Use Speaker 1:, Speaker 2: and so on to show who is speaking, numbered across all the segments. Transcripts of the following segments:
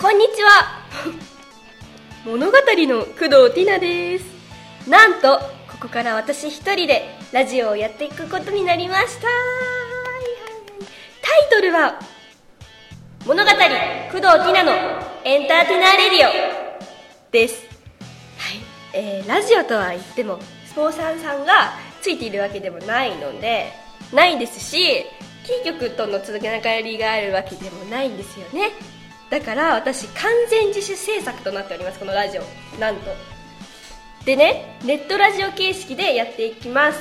Speaker 1: こんにちは物語の工藤ティナですなんとここから私一人でラジオをやっていくことになりましたタイトルは「物語工藤ティナのエンターテイナーレディオ」ですはい、えーラジオとは言ってもスポンサーさんがついているわけでもないのでないですしキー局とのつながりがあるわけでもないんですよねだから私完全自主制作となっておりますこのラジオなんとでねネットラジオ形式でやっていきます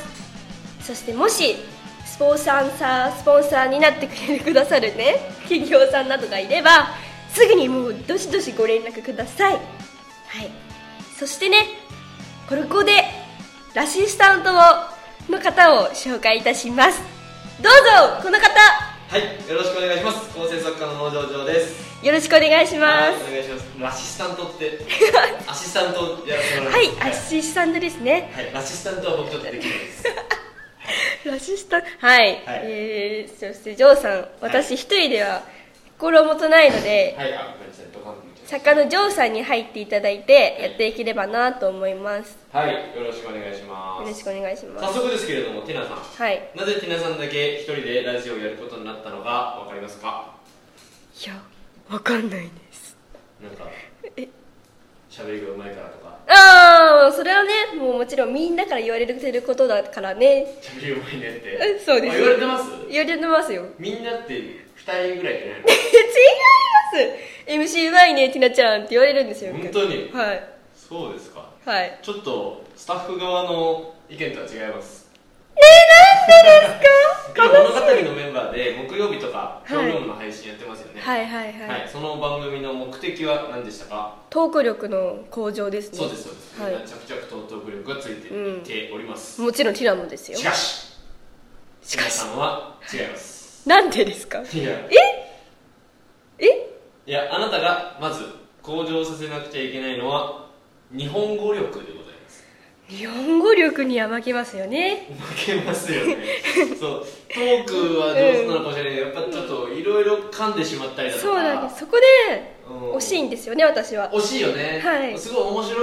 Speaker 1: そしてもしスポンサーさんスポンサーになってくれるくださるね企業さんなどがいればすぐにもうどしどしご連絡くださいはいそしてねここでラシスタントの方を紹介いたしますどうぞこの方
Speaker 2: はい、よろしくお願いします。構成作家の農場上です。
Speaker 1: よろしくお願いします
Speaker 2: はいお願いします。アシスタントって、 アシスタントやらせてもら
Speaker 1: はいい
Speaker 2: ます。
Speaker 1: アシスタントですね
Speaker 2: はい、アシスタントは僕ちょっとできないです。
Speaker 1: ラシスタはい、えー、そしてジョーさん私一人では心もとないので、
Speaker 2: はい、あ、ごめんなさい、ドカンと見ちゃい
Speaker 1: 作家のジョーさんに入っていただいてやっていければなと思います
Speaker 2: ましたはい、よろしくお願いし
Speaker 1: よ
Speaker 2: ま
Speaker 1: ろ
Speaker 2: す。
Speaker 1: しくお願いしま
Speaker 2: 早
Speaker 1: す
Speaker 2: 速ですけれども、ティナさん。
Speaker 1: はいい
Speaker 2: なぜティナさんだけ一人でラジオをやることになったのかわかりますか
Speaker 1: やわかんないです
Speaker 2: なんか
Speaker 1: え、
Speaker 2: 喋りがうまいからとか、
Speaker 1: ああそれはねもうもちろんみんなから言われてることだからね
Speaker 2: 喋りうまいねっ
Speaker 1: え
Speaker 2: て。
Speaker 1: そうです
Speaker 2: あ言われてます
Speaker 1: 言われてます よ
Speaker 2: みんなって二人ぐらいじゃない
Speaker 1: 違います MC うまいねティナちゃんって言われるんですよ
Speaker 2: の本当に
Speaker 1: はい
Speaker 2: そうですか。
Speaker 1: はいね
Speaker 2: ちょっとスタッフ側の意見とは違います
Speaker 1: えなんでですか
Speaker 2: 今物語のメンバーで木曜日とか
Speaker 1: い
Speaker 2: 今日の配信やってますよね
Speaker 1: はいはいはい、
Speaker 2: はいその番組の目的は何でしたか
Speaker 1: トーク力の向上ですね
Speaker 2: そうですそうです
Speaker 1: は
Speaker 2: み
Speaker 1: い
Speaker 2: んな着々とトーク力がついていっております
Speaker 1: もちろんティラもですよ
Speaker 2: しかし
Speaker 1: しかし
Speaker 2: 皆さんは違います
Speaker 1: なんでですか
Speaker 2: いや
Speaker 1: え
Speaker 2: いやあなたがまず向上させなくちゃいけないのは日本語力でございます
Speaker 1: 日本語力には負けますよね
Speaker 2: 負けま すよねそうトークは上手なのかもしれないけど、やっぱちょっといろいろ噛んでしまったりだとか
Speaker 1: そうなんですそこで
Speaker 2: うん
Speaker 1: 惜しいんですよね私は
Speaker 2: 惜しいよね、
Speaker 1: はい
Speaker 2: すごい面白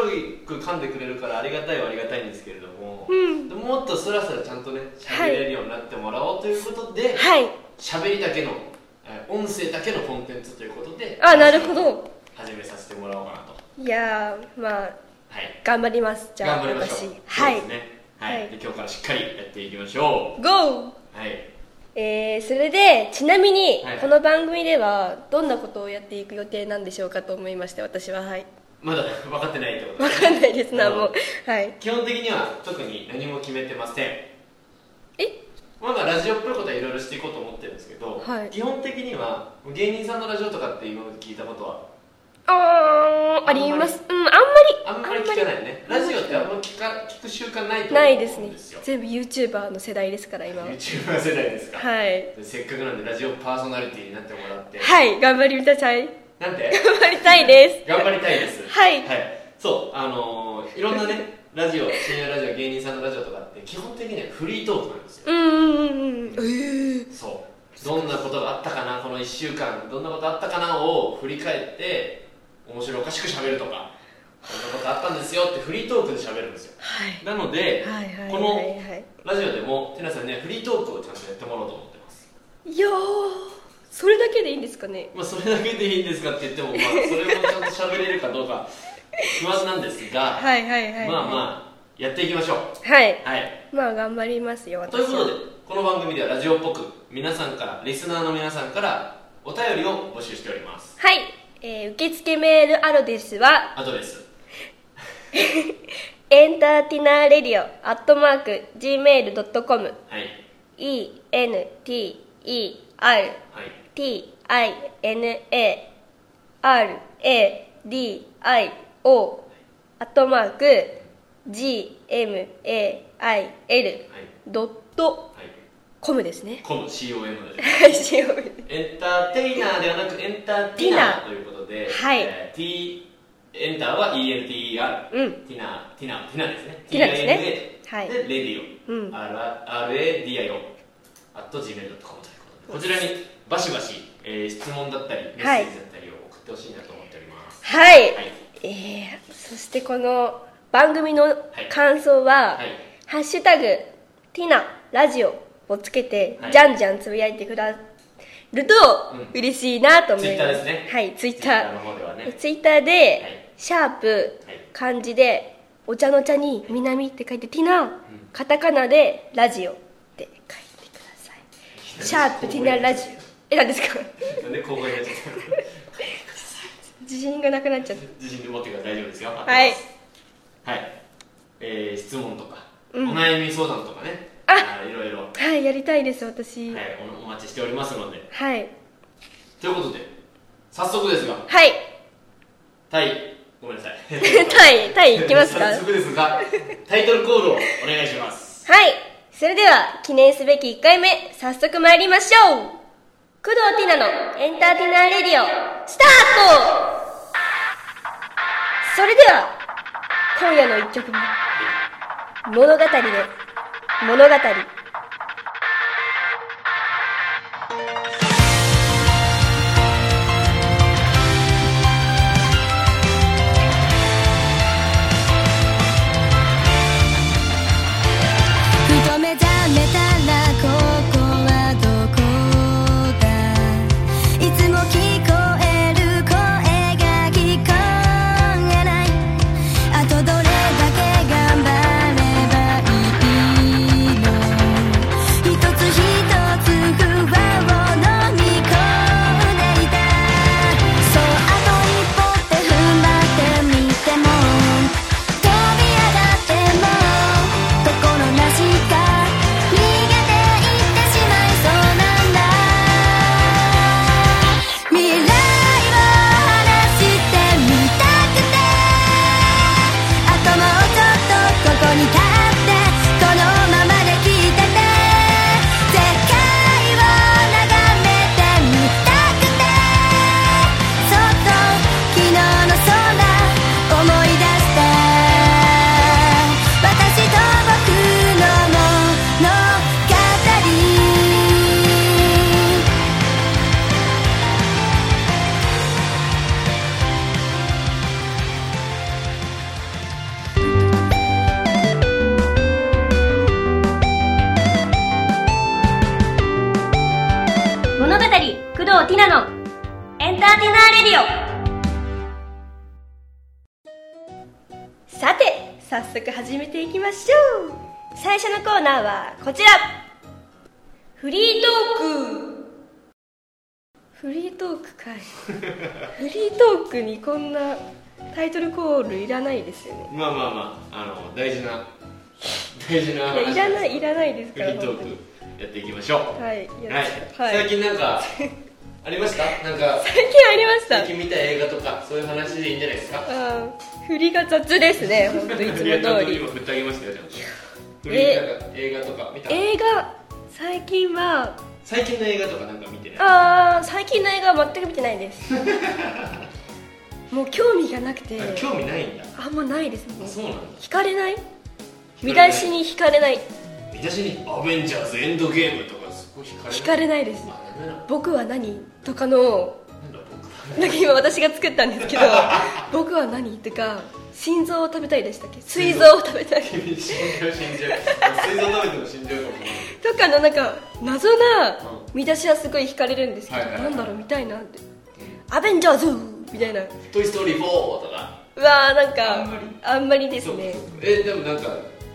Speaker 2: く噛んでくれるからありがたいはありがたいんですけれども、
Speaker 1: うん
Speaker 2: でももっとスラスラちゃんとね喋
Speaker 1: はい
Speaker 2: れるようになってもらおうということで
Speaker 1: はい
Speaker 2: 喋、りだけのえー音声だけのコンテンツということで
Speaker 1: あなるほど
Speaker 2: 始めさせてもらおうかなと
Speaker 1: いやーまあ
Speaker 2: はい
Speaker 1: 頑張りますじゃあ
Speaker 2: 頑張りまし
Speaker 1: 私
Speaker 2: ょう
Speaker 1: は
Speaker 2: そう
Speaker 1: い
Speaker 2: ですねはい、
Speaker 1: はい
Speaker 2: で今日からしっかりやっていきましょ
Speaker 1: GO!
Speaker 2: うはい
Speaker 1: えー、それでちなみに
Speaker 2: はいはい
Speaker 1: この番組ではどんなことをやっていく予定なんでしょうかと思いまして私ははい
Speaker 2: まだ分かってないってこと
Speaker 1: わかんないですなもうはい
Speaker 2: 基本的には特に何も決めてません
Speaker 1: え
Speaker 2: まだラジオっぽいことはいろいろしていこうと思ってるんですけど、
Speaker 1: はい
Speaker 2: 基本的には芸人さんのラジオとかって今まで聞いたことは
Speaker 1: あーありますうんあんまり
Speaker 2: あんまり聞かないね
Speaker 1: あんま
Speaker 2: ラ
Speaker 1: り
Speaker 2: ジオってあんまり聞か聞く習慣ないと
Speaker 1: ないで
Speaker 2: 思
Speaker 1: す
Speaker 2: うん
Speaker 1: ね
Speaker 2: ですよ
Speaker 1: 全部 YouTuber の世代ですから今は
Speaker 2: YouTuber 世代ですか、
Speaker 1: はい
Speaker 2: せっかくなんでラジオパーソナリティになってもらって、
Speaker 1: はい頑張りたい
Speaker 2: なんて
Speaker 1: 頑張りたいです
Speaker 2: 頑張りたいで す
Speaker 1: はい
Speaker 2: そうあのーいろんなねラジオ深夜ラジオ芸人さんのラジオとかって基本的にはフリートークなんですよ
Speaker 1: うんうんうんうん
Speaker 2: そうどんなことがあったかなこの1週間どんなことあったかなを振り返って面白おかしく喋るとかこんなことあったんですよってフリートークで喋るんですよ
Speaker 1: はい
Speaker 2: なので
Speaker 1: はいはい
Speaker 2: こ
Speaker 1: は
Speaker 2: の
Speaker 1: いはい
Speaker 2: ラジオでもてなさんにはフリートークをちゃんとやってもらおうと思ってます
Speaker 1: いやーそれだけでいいんですかね
Speaker 2: まあそれだけでいいんですかって言ってもまあそれもちゃんと喋れるかどうか不安なんですが、
Speaker 1: はいはいはい
Speaker 2: まあまあやっていきましょう
Speaker 1: あはい
Speaker 2: はい
Speaker 1: まあ頑張りますよ私
Speaker 2: という
Speaker 1: は
Speaker 2: ことでこの番組ではラジオっぽく皆さんからリスナーの皆さんからお便りを募集しております
Speaker 1: はい、えー受付メールアドレスは
Speaker 2: アドレス
Speaker 1: エンターティナーレディオアットマーク Gmail.com
Speaker 2: はい
Speaker 1: ENTER
Speaker 2: はい
Speaker 1: TINARADIO アットマーク GMAIL
Speaker 2: はい
Speaker 1: ドット
Speaker 2: はい
Speaker 1: コムですね。
Speaker 2: この COM で
Speaker 1: はい、 しよう
Speaker 2: エンターテイナーではなくエンターティナーということで、
Speaker 1: はい
Speaker 2: えー T エンターは ENTER
Speaker 1: うん。
Speaker 2: ティナーティナーティナーですね
Speaker 1: ティナですね
Speaker 2: TINA
Speaker 1: はい
Speaker 2: でレディオ、
Speaker 1: うん
Speaker 2: RADIO アット Gmail.com ということでこちらにバシバシ、えー質問だったりメッセージだったりを送ってほしいなと思っております、
Speaker 1: はい、
Speaker 2: はい
Speaker 1: えーそしてこの番組の感想は「
Speaker 2: はい
Speaker 1: ハッシュタグティナラジオ」をつけて、
Speaker 2: はい
Speaker 1: じゃんじゃんつぶやいてくだると
Speaker 2: うん
Speaker 1: 嬉しいなと思います、
Speaker 2: ツイッターですね
Speaker 1: はいツイッタ
Speaker 2: ツイッターの
Speaker 1: ー
Speaker 2: 方ではね
Speaker 1: ツイッターで、
Speaker 2: い
Speaker 1: シャープ、
Speaker 2: はい
Speaker 1: 漢字でお茶の茶に南って書いてティナカタカナでラジオって書いてくださいシャープティナラジオえ何ですか
Speaker 2: なんでここにやっちゃった
Speaker 1: 自信がなくなっちゃった
Speaker 2: 自信で持ってください大丈夫ですよ
Speaker 1: はい
Speaker 2: はいえー質問とか、
Speaker 1: うん
Speaker 2: お悩み相談とかね
Speaker 1: あ
Speaker 2: あーいろいろ、はい、
Speaker 1: はいやりたいです私はい、
Speaker 2: おお待ちしておりますので
Speaker 1: はい
Speaker 2: ということで早速ですが
Speaker 1: はい
Speaker 2: タイごめんなさい
Speaker 1: タイタイいきますかは
Speaker 2: 早
Speaker 1: い
Speaker 2: 速ですがタイトルコールをお願いします
Speaker 1: それでは記念すべき1回目早速参りましょう工藤ティナのエンターテイナーレディオスタートそれでは今夜の1曲目物語で物語
Speaker 3: ふと目覚めたらここはどこだいつも聞こえる声が聞こえないあとどれだけ頑張ればいいの一つ一つ不安を飲み込んでいたそうあと一歩って踏ん張ってみても飛び上がっても心なしか逃げていってしまいそうなんだ未来を話してみたくて「あともうちょっとここに立って」「このままで来てて」「世界を眺めてみたくて」「そっと昨日の空思い出して」「私と僕の物語」
Speaker 1: 物語工藤ティナのエンターテイナーレディオさて早速始めていきましょう最初のコーナーはこちらフリートークフリートークかい フリートークにこんなタイトルコールいらないですよね
Speaker 2: まあまあまああの大事な大事ない
Speaker 1: や
Speaker 2: 話
Speaker 1: いらないいらないです
Speaker 2: フ
Speaker 1: か
Speaker 2: リ
Speaker 1: ら
Speaker 2: ート
Speaker 1: 本
Speaker 2: ークやっていきましょう
Speaker 1: 当にはいや
Speaker 2: はい、
Speaker 1: はい、
Speaker 2: 最近なんかありましたなん か
Speaker 1: 最近ありました
Speaker 2: 最近見た映画とかそういう話でいいんじゃないですか
Speaker 1: あー振りが雑ですね、本当いつも
Speaker 2: いやちゃん
Speaker 1: 通
Speaker 2: と今
Speaker 1: り。
Speaker 2: 振ってあげましたよちゃんと振り
Speaker 1: え
Speaker 2: なんか映画とか見た
Speaker 1: 映画、最近は、
Speaker 2: 最近の映画とかなんか見てないあ
Speaker 1: あー、最近の映画は全く見てない です。もう興味がなくて、
Speaker 2: 興味ないんだ
Speaker 1: あんまないですも
Speaker 2: あ
Speaker 1: ん。
Speaker 2: そうなんだ
Speaker 1: 惹かれない見
Speaker 2: 惹かれ
Speaker 1: 出
Speaker 2: ない
Speaker 1: しに惹かれない。
Speaker 2: 見出しに「アベンジャーズエンドゲーム」とかそこ惹かれ
Speaker 1: 惹かれ
Speaker 2: い
Speaker 1: ないです。
Speaker 2: あダメな
Speaker 1: 僕は何とかの、
Speaker 2: なんだ僕は
Speaker 1: なんか今私が作ったん ですけど、僕は何とか、心臓を食べたいでしたっけ膵臓を食べたい。
Speaker 2: 君死んじゃう死んじゃう水臓食べても死んじゃうかも
Speaker 1: とかのなんか謎な見出しはすごい惹かれるんですけど、
Speaker 2: はいはいはい
Speaker 1: なんだろう見たいなって「アベンジャーズ!」みたいなう
Speaker 2: 「トイ・ストーリー4」とか
Speaker 1: わーなんか
Speaker 2: あんまり
Speaker 1: あんまりです
Speaker 2: そう
Speaker 1: ね
Speaker 2: えでもなんか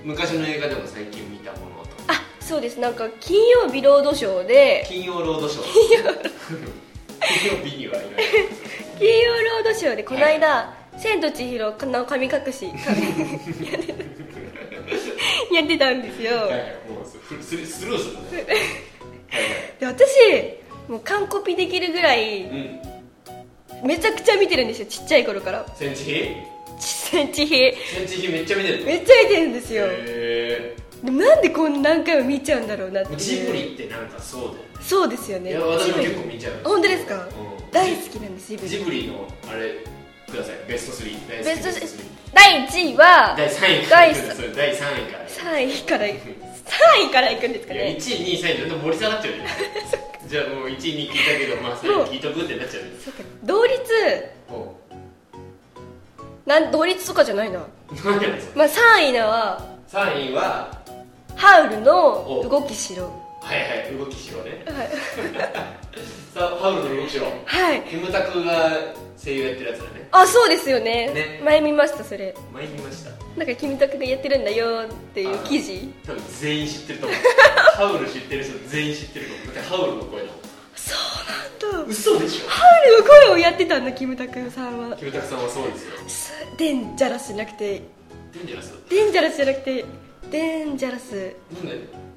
Speaker 2: 昔の映画でも最近見たものとか
Speaker 1: あそうですなんか金曜日ロードショーで
Speaker 2: 金曜ロードショー金曜日にはい ない
Speaker 1: 金曜ロードショーでこの間、千と千尋の神隠 し」やってたんですよ、
Speaker 2: はいはいもうスルスルスルーするね
Speaker 1: で私もう完コピできるぐらい
Speaker 2: はいはいうん
Speaker 1: めちゃくちゃ見てるんですよちっちゃい頃から
Speaker 2: 戦地碑
Speaker 1: 「千と千尋」
Speaker 2: 戦地碑めっちゃ見てる
Speaker 1: めっちゃ見てるんですよ、
Speaker 2: へ
Speaker 1: でもなんでこんな何回も見ちゃうんだろうなってい
Speaker 2: ー
Speaker 1: う
Speaker 2: ジブリってなんかそうだよね
Speaker 1: そうですよね
Speaker 2: いや私も結構見ちゃう
Speaker 1: 本当ですか、
Speaker 2: うん
Speaker 1: 大好きなんですジブリ
Speaker 2: ジブリのあれくださいベスト3大好き
Speaker 1: ベスト
Speaker 2: ベスト3
Speaker 1: 第1位は
Speaker 2: 第3位
Speaker 1: 第
Speaker 2: それ第3位から
Speaker 1: 3位から3位からいくんですか
Speaker 2: いや1位
Speaker 1: ね
Speaker 2: 2位3位で盛り下がっちゃうよじゃあもう1位2位聞いたけどまあ3位聞いとくってなっちゃうよ
Speaker 1: そうか同率
Speaker 2: も
Speaker 1: なん同率とかじゃないな、
Speaker 2: 何やねんそれ
Speaker 1: まあ、3位なは
Speaker 2: 3位は
Speaker 1: ハウルの動きしろ
Speaker 2: はいはい動きしろね
Speaker 1: はい、
Speaker 2: さあハウルの動きしろ
Speaker 1: はい、
Speaker 2: キムタクが声優やってるやつだね
Speaker 1: あそうですよね
Speaker 2: ね
Speaker 1: 前見ましたそれ
Speaker 2: 前に見ました
Speaker 1: なんかキムタクがやってるんだよっていう記事
Speaker 2: 多分全員知ってると思うハウル知ってる人全員知ってると思うだってハウルの声だもん
Speaker 1: そうなんだ
Speaker 2: 嘘でしょ
Speaker 1: ハウルの声をやってたんだキムタクさんは
Speaker 2: キムタクさんはそうですよ
Speaker 1: すデンジャラスじゃなくて
Speaker 2: デンジャラス
Speaker 1: デンジャラスじゃなくてデンジャラス
Speaker 2: なんで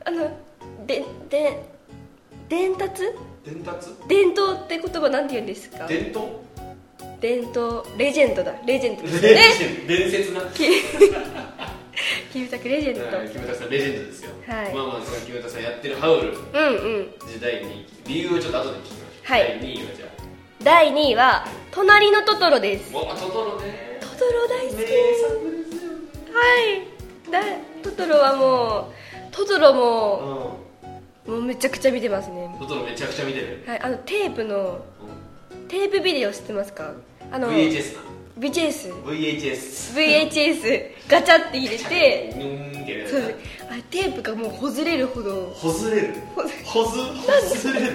Speaker 1: あのでで伝達
Speaker 2: 伝達
Speaker 1: 伝統って言葉なんて言うんですか
Speaker 2: 伝統
Speaker 1: 伝統レジェンドだレジェンドですよね
Speaker 2: レジェンド伝説な
Speaker 1: キキムタクレジェンド
Speaker 2: はいキムタクさんレジェンドですよ
Speaker 1: はい
Speaker 2: まあまあそのキムタクさんやってるハウル
Speaker 1: うんうん
Speaker 2: 時代に理由をちょっと後で聞きましょう
Speaker 1: はい
Speaker 2: 第2位はじゃあ
Speaker 1: 第2位は「隣のトトロ」です
Speaker 2: もうトトロね
Speaker 1: トトロ大
Speaker 2: 名
Speaker 1: 好き
Speaker 2: 作ですよね
Speaker 1: はいだトトロはもうトトロも
Speaker 2: う
Speaker 1: もうめちゃくちゃ見てますね
Speaker 2: んトトロめちゃくちゃ見てる
Speaker 1: はいあのテープの
Speaker 2: う
Speaker 1: テープビデオ知ってますかあ
Speaker 2: ん
Speaker 1: の
Speaker 2: VHS な
Speaker 1: VHS
Speaker 2: VHS
Speaker 1: VHS ガチャって入れて
Speaker 2: ニューンってやるやつ
Speaker 1: そうあれテープがもうほずれるほど
Speaker 2: ほずれる
Speaker 1: ほず
Speaker 2: ほずほずれる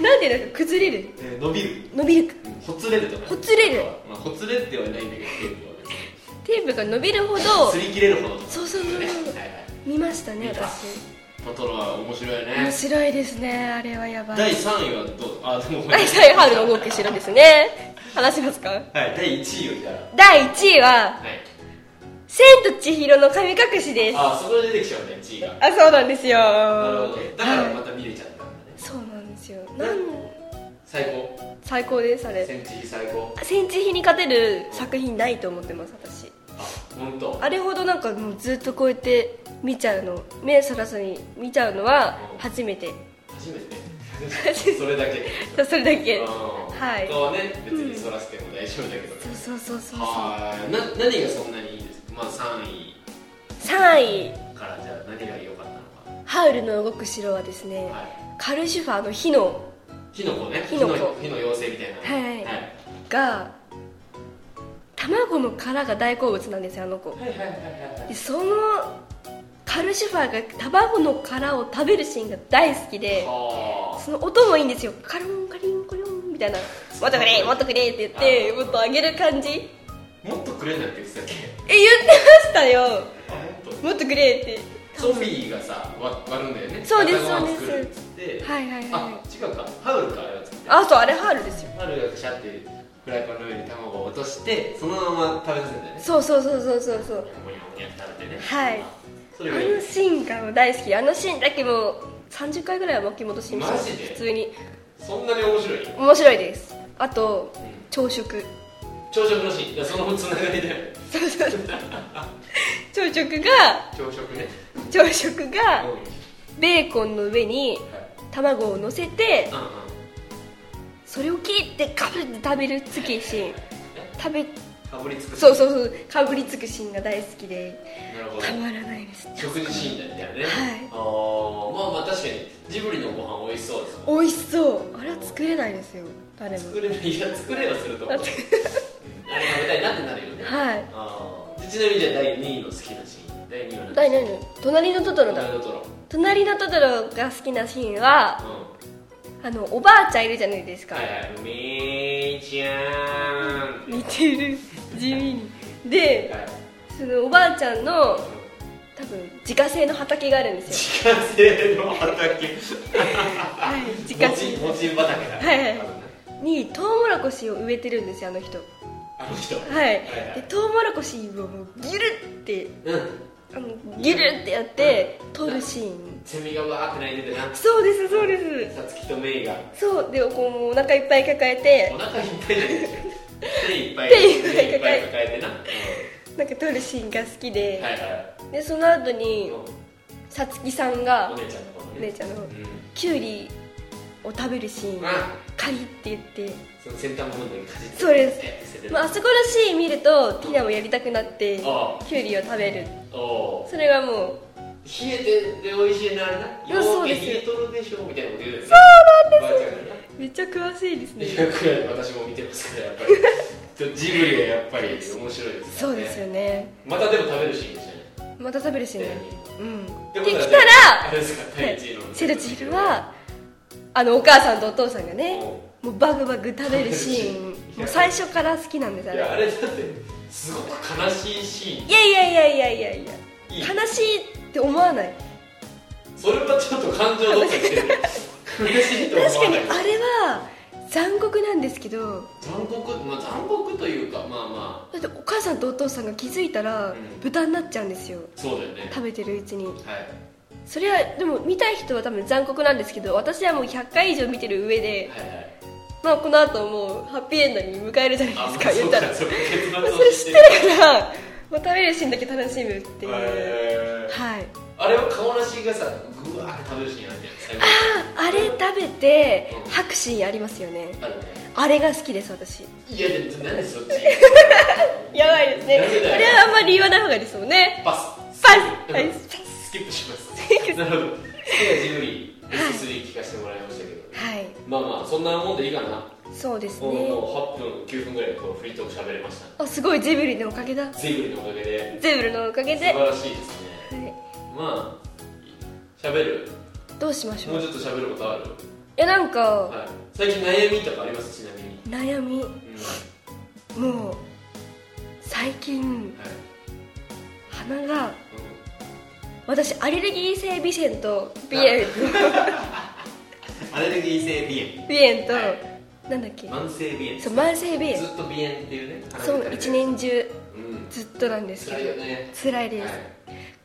Speaker 1: なんでなんか崩れる
Speaker 2: えー伸びる
Speaker 1: 伸びるか
Speaker 2: ほつれるとかね
Speaker 1: ほつれる
Speaker 2: まあほつれってはないんだけどテープはね
Speaker 1: テープが伸びるほど
Speaker 2: 擦り切れるほどとか
Speaker 1: そうそうそう
Speaker 2: ねはい
Speaker 1: 見ましたね
Speaker 2: 見た
Speaker 1: 私
Speaker 2: はいトトロは面白い
Speaker 1: 面
Speaker 2: ね
Speaker 1: 白いですねあれはやばい
Speaker 2: 第3位はどうあでも
Speaker 1: 第3位ハウルの動きしろですね話しますか
Speaker 2: はい第1位を言ったら
Speaker 1: 第1位は
Speaker 2: はい
Speaker 1: 「千と千尋の神隠し」です
Speaker 2: あそこで出てきちゃうね1位が
Speaker 1: あそうなんですよ
Speaker 2: なるほどだからま
Speaker 1: はい
Speaker 2: た見れちゃったんだね
Speaker 1: そうなんですよなん
Speaker 2: 最高
Speaker 1: 最高ですあれ
Speaker 2: 千地比最高
Speaker 1: 千千尋に勝てる作品ないと思ってます私
Speaker 2: あ本当。
Speaker 1: あれほどなんかもうずっとこうやって見ちゃうの目そらさずに見ちゃうのは初めて
Speaker 2: 初めてそれだけ
Speaker 1: それだけ
Speaker 2: はい
Speaker 1: い
Speaker 2: 他はね別にそらしても大丈夫だけど
Speaker 1: そうそうそうそうそう
Speaker 2: はいな何がそんなにいいですかまあ3位
Speaker 1: 3位
Speaker 2: からじゃあ何が良かったの
Speaker 1: 「ハウルの動く城」はですね
Speaker 2: かはい
Speaker 1: カルシファーの火の
Speaker 2: 火の粉ね
Speaker 1: 火の粉
Speaker 2: 火の妖精みたいな
Speaker 1: はい
Speaker 2: はい
Speaker 1: が卵の殻が大好物なんですよあの子
Speaker 2: はいはいはいはいはい
Speaker 1: でそのカルシファーが卵の殻を食べるシーンが大好きで
Speaker 2: は
Speaker 1: その音もいいんですよカロンカリンコリョンみたいな「もっとくれもっとくれ」って言って
Speaker 2: あー
Speaker 1: もっとあげる感じえ
Speaker 2: あもっとくれんなって言ってたっけ
Speaker 1: 言ってましたよ
Speaker 2: あ本
Speaker 1: もっとくれって
Speaker 2: 当。ゾンビがさわ割るんだよね
Speaker 1: そうです
Speaker 2: 頭を作るっつって
Speaker 1: はいはいは
Speaker 2: あ違うかハウルかあれは作って
Speaker 1: いあそうあれハールですよ
Speaker 2: ハウルがシャってフライパンの上に卵を落としてそのまま食べさせるんだよね
Speaker 1: そうそうそうそうそうそう
Speaker 2: モニャモニャって食べてね
Speaker 1: はい
Speaker 2: そ
Speaker 1: あ
Speaker 2: れがいい
Speaker 1: のシーンがもう大好きあのシーンだけもう30回ぐらいは巻き戻しま
Speaker 2: マ
Speaker 1: し
Speaker 2: ジ
Speaker 1: た
Speaker 2: で
Speaker 1: 普通に
Speaker 2: そんなに面白い
Speaker 1: 面白いですあと朝食
Speaker 2: 朝食のシーンいやそのつながりだよ
Speaker 1: 朝食が
Speaker 2: 朝食ね
Speaker 1: 朝食
Speaker 2: うん
Speaker 1: が
Speaker 2: はい
Speaker 1: ベーコンの上に卵を乗せて
Speaker 2: うんうん
Speaker 1: それを切ってかぶって食べるつきシーン食べ
Speaker 2: かぶりつく
Speaker 1: そう
Speaker 2: う
Speaker 1: そうそうかぶりつくシーンが大好きで
Speaker 2: なるほど
Speaker 1: たまらないです
Speaker 2: 食事シーンだったよね
Speaker 1: はい
Speaker 2: あーまあまあ確かにジブリのご飯美味しそうですもん
Speaker 1: 美味しそうあれは作れないですよ誰も
Speaker 2: 作れるいや作れはすると思うあ
Speaker 1: だ
Speaker 2: れ
Speaker 1: って
Speaker 2: 食べたいなってなるよね
Speaker 1: はい
Speaker 2: あーでちなみにじゃあ第2位の好きなシーン第2位は何
Speaker 1: 第何の隣のトトロだ
Speaker 2: トトロ
Speaker 1: 隣のトトロが好きなシーンは
Speaker 2: う
Speaker 1: あのおばあちゃんいるじゃないです
Speaker 2: ん
Speaker 1: か、
Speaker 2: はいはい「みーちゃん」
Speaker 1: 似てる地味にで
Speaker 2: はい
Speaker 1: そのおばあちゃんの多分自家製の畑があるんですよ
Speaker 2: 自家製の畑
Speaker 1: はい自家製
Speaker 2: 餅餅畑だ
Speaker 1: はいはいにトウモロコシを植えてるんですよあの人は
Speaker 2: あの人
Speaker 1: い、
Speaker 2: はいはい
Speaker 1: でトウモロコシをもうギュルって
Speaker 2: うん
Speaker 1: あのギュルってやって取るシーン
Speaker 2: セミがわーって泣いててな
Speaker 1: そうですそうで
Speaker 2: さつきとメイが
Speaker 1: すそうでこうもうお腹いっぱい抱えて
Speaker 2: お腹いっぱいじゃないでしょ手いっぱい
Speaker 1: 手いっぱい
Speaker 2: 手いっぱい抱えてなう
Speaker 1: なんか取るシーンが好きで
Speaker 2: ん、はいは
Speaker 1: でその後
Speaker 2: い
Speaker 1: に
Speaker 2: うん
Speaker 1: さつきさん
Speaker 2: お
Speaker 1: が
Speaker 2: 姉ちゃんのこ
Speaker 1: お
Speaker 2: と
Speaker 1: 姉
Speaker 2: ね
Speaker 1: ちゃんの
Speaker 2: うん
Speaker 1: キュウリを食べるシーン
Speaker 2: あ
Speaker 1: カリって言って
Speaker 2: その先端部分だけかじって
Speaker 1: そうです
Speaker 2: す
Speaker 1: まああそこのシーン見るとティナもやりたくなって
Speaker 2: ああ
Speaker 1: キュウリを食べる
Speaker 2: おお
Speaker 1: それがもう
Speaker 2: 冷えてで美味しいなあれ
Speaker 1: う
Speaker 2: な
Speaker 1: んそ
Speaker 2: よ
Speaker 1: う
Speaker 2: うけ
Speaker 1: ですよ
Speaker 2: 冷えとるでしょみたいなこと言うよねそうなんですばあちゃんがな
Speaker 1: めっちゃ詳しいです
Speaker 2: いや
Speaker 1: ね
Speaker 2: くらい私も見てますからやっぱりとジブリはやっぱり面白いですからね
Speaker 1: そうですよね
Speaker 2: またでも食べるシーンでしたね
Speaker 1: また食べるしねうん
Speaker 2: って
Speaker 1: で
Speaker 2: こと
Speaker 1: きた
Speaker 2: はあ
Speaker 1: ら
Speaker 2: れですかタイチーの
Speaker 1: セルチールはあのお母さんとお父さんがねもうバグバグ食べるシーン
Speaker 2: いや
Speaker 1: もう最初から好きなんですあ
Speaker 2: い
Speaker 1: れ
Speaker 2: やあれだってすごく悲しいシーン
Speaker 1: いやいやいやいやいやいや
Speaker 2: いい
Speaker 1: 悲しいって思わない
Speaker 2: それはちょっと感情どっかしてる苦しいと思わ
Speaker 1: 確
Speaker 2: な
Speaker 1: か
Speaker 2: い
Speaker 1: にあれは残酷なんですけど
Speaker 2: 残酷、まあ、残酷というかまあま
Speaker 1: だってお母さんとお父さんが気づいたら
Speaker 2: うん
Speaker 1: 豚になっちゃうんですよ
Speaker 2: あそうだよね
Speaker 1: 食べてるうちに
Speaker 2: はい
Speaker 1: それはでも見たい人は多分残酷なんですけど私はもう100回以上見てる上で、
Speaker 2: はいはい
Speaker 1: まあ、この後もうハッピーエンドに迎えるじゃないですか言ったら
Speaker 2: そ
Speaker 1: そう
Speaker 2: か結
Speaker 1: れ
Speaker 2: 末を
Speaker 1: 知ってるからもう食べるシーンだけ楽しむっていう、
Speaker 2: へー
Speaker 1: はい
Speaker 2: あれは顔なしがさぐわーって食べるシーンあるじゃん最後
Speaker 1: ああれ食べて
Speaker 2: うん
Speaker 1: 拍手ありますよね
Speaker 2: あるね
Speaker 1: あれが好きです私
Speaker 2: いやで何そっち
Speaker 1: やばいですね
Speaker 2: なんでだよ
Speaker 1: あれはあんまり言わない方がいいですもんね
Speaker 2: パス
Speaker 1: パス
Speaker 2: は
Speaker 1: はいい
Speaker 2: スキップしますなるほど好きなジブリベスト3聞かせてもらいましたけど
Speaker 1: はい
Speaker 2: まあまあそんなもんでいいかな
Speaker 1: そうです
Speaker 2: もう
Speaker 1: ね
Speaker 2: もう8分9分ぐらいこうフリートーク喋れまし
Speaker 1: あすごいジブリのおかげだ
Speaker 2: たジブリのおかげで
Speaker 1: ジブリのおかげ
Speaker 2: 素
Speaker 1: で、
Speaker 2: 晴
Speaker 1: は
Speaker 2: らしいですねまあ喋る
Speaker 1: い、どうしましょ
Speaker 2: も
Speaker 1: う
Speaker 2: う
Speaker 1: い
Speaker 2: ちょっと喋ることある、
Speaker 1: やなんか、
Speaker 2: はい、最近悩みとかありますちなみに、
Speaker 1: 悩み
Speaker 2: うん
Speaker 1: もう最近
Speaker 2: はい
Speaker 1: 鼻が
Speaker 2: うん
Speaker 1: 私アレルギー性鼻炎と鼻
Speaker 2: アレルギー性
Speaker 1: 炎鼻炎と、
Speaker 2: は
Speaker 1: なんだっけ
Speaker 2: 鼻炎慢性鼻炎
Speaker 1: そう慢性鼻
Speaker 2: ず
Speaker 1: 炎
Speaker 2: っと鼻炎っていうね
Speaker 1: そう一年中
Speaker 2: うん
Speaker 1: ずっとなんです
Speaker 2: 辛い
Speaker 1: け
Speaker 2: よ
Speaker 1: ど
Speaker 2: ね
Speaker 1: 辛いです、
Speaker 2: はい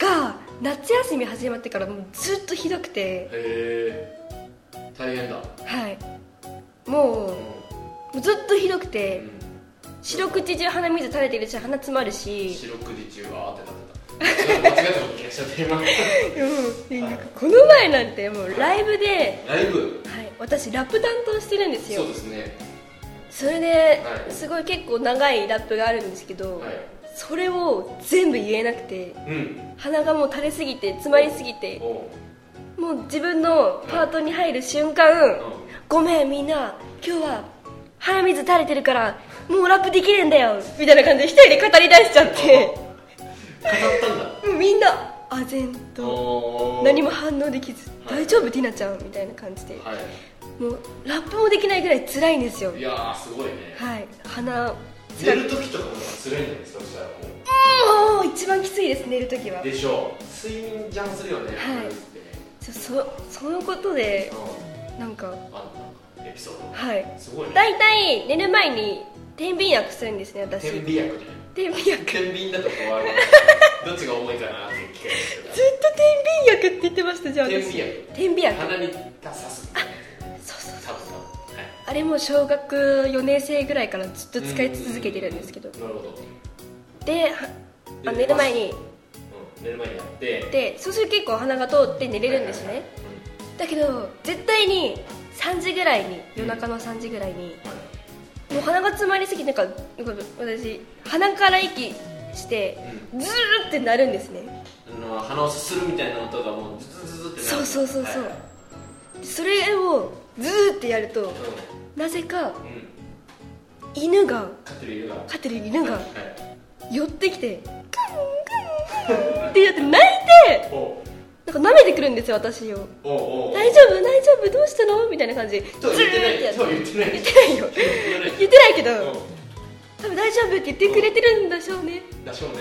Speaker 1: が夏休み始まってからもうずっとひどくて
Speaker 2: へえ大変だ
Speaker 1: はいもう
Speaker 2: うん
Speaker 1: もうずっとひどくて四六時中鼻水垂れてるし鼻詰まるし
Speaker 2: 四六時中は当てた当てた間違ったこと聞かしちゃっ た今
Speaker 1: うんなんかこの前なんてもうライブで、
Speaker 2: ライブ
Speaker 1: はい、私ラップ担当してるんですよ
Speaker 2: そうですね
Speaker 1: それで
Speaker 2: はい
Speaker 1: すごい結構長いラップがあるんですけど、
Speaker 2: はい
Speaker 1: それを全部言えなくて
Speaker 2: うん
Speaker 1: 鼻がもう垂れすぎて詰まりすぎて
Speaker 2: おう
Speaker 1: もう自分のパートに入る瞬間
Speaker 2: うん
Speaker 1: ごめんみんな今日は鼻水垂れてるからもうラップできねえんだよみたいな感じで一人で語り出しちゃって
Speaker 2: 語ったんだ
Speaker 1: もうみんな唖然と
Speaker 2: おー
Speaker 1: 何も反応できず「
Speaker 2: はい
Speaker 1: 大丈夫ティナちゃん」みたいな感じで
Speaker 2: は
Speaker 1: もうラップもできないぐらい辛いんですよ
Speaker 2: いいやーすごいね
Speaker 1: はい鼻
Speaker 2: 寝
Speaker 1: 辛い
Speaker 2: る時とかも辛いんじゃないですかそしたらも
Speaker 1: もう一番きついです寝るときは
Speaker 2: うでしょう睡眠ジャンするよね
Speaker 1: はい
Speaker 2: ライブって
Speaker 1: ちょそそのことで
Speaker 2: う
Speaker 1: なんか
Speaker 2: んあったエピソード
Speaker 1: はい
Speaker 2: すごいね
Speaker 1: 大体寝る前に天秤薬するんですね私
Speaker 2: 天秤薬じゃない
Speaker 1: 天秤薬
Speaker 2: 天秤だと変わるどっちが重いかなって聞かれてるか
Speaker 1: ずっと天秤薬って言ってましたじゃあ
Speaker 2: ら
Speaker 1: 私
Speaker 2: 天秤薬
Speaker 1: 天秤薬
Speaker 2: 鼻に刺す
Speaker 1: そうそう
Speaker 2: サブサブはい
Speaker 1: あれも小学4年生ぐらいからずっと使い続けてるんですけど
Speaker 2: なるほど、
Speaker 1: ではあ
Speaker 2: で
Speaker 1: 寝る前に
Speaker 2: うん、寝る前にやって
Speaker 1: でそうすると結構鼻が通って寝れるんです
Speaker 2: はい
Speaker 1: ねだけど絶対に3時ぐらいに夜中の3時ぐらいにもう鼻が詰まりすぎてなんかなんか私鼻から息してズルってなるんですね
Speaker 2: はいはいあの鼻をすするみたいな音がもうズズズズってなる
Speaker 1: そうそうそうそう
Speaker 2: はい
Speaker 1: それをズーってやるとなぜか
Speaker 2: うんうん
Speaker 1: 犬が
Speaker 2: 飼ってる犬がは
Speaker 1: 飼ってる犬が
Speaker 2: い
Speaker 1: 寄ってきてクンクンクンってやって泣いて
Speaker 2: おう
Speaker 1: なんか舐めてくるんですよ私を
Speaker 2: おうおう
Speaker 1: 大丈夫大丈夫どうしたのみたいな感じでズ
Speaker 2: と
Speaker 1: ー
Speaker 2: は
Speaker 1: っ
Speaker 2: 言って
Speaker 1: て
Speaker 2: な
Speaker 1: や
Speaker 2: い
Speaker 1: っ
Speaker 2: とは
Speaker 1: て
Speaker 2: 言ってない
Speaker 1: 言ってないよ
Speaker 2: 言ってない
Speaker 1: 言ってないけど
Speaker 2: う
Speaker 1: 多分大丈夫って言ってくれてるんでしょうね
Speaker 2: んだしょうね、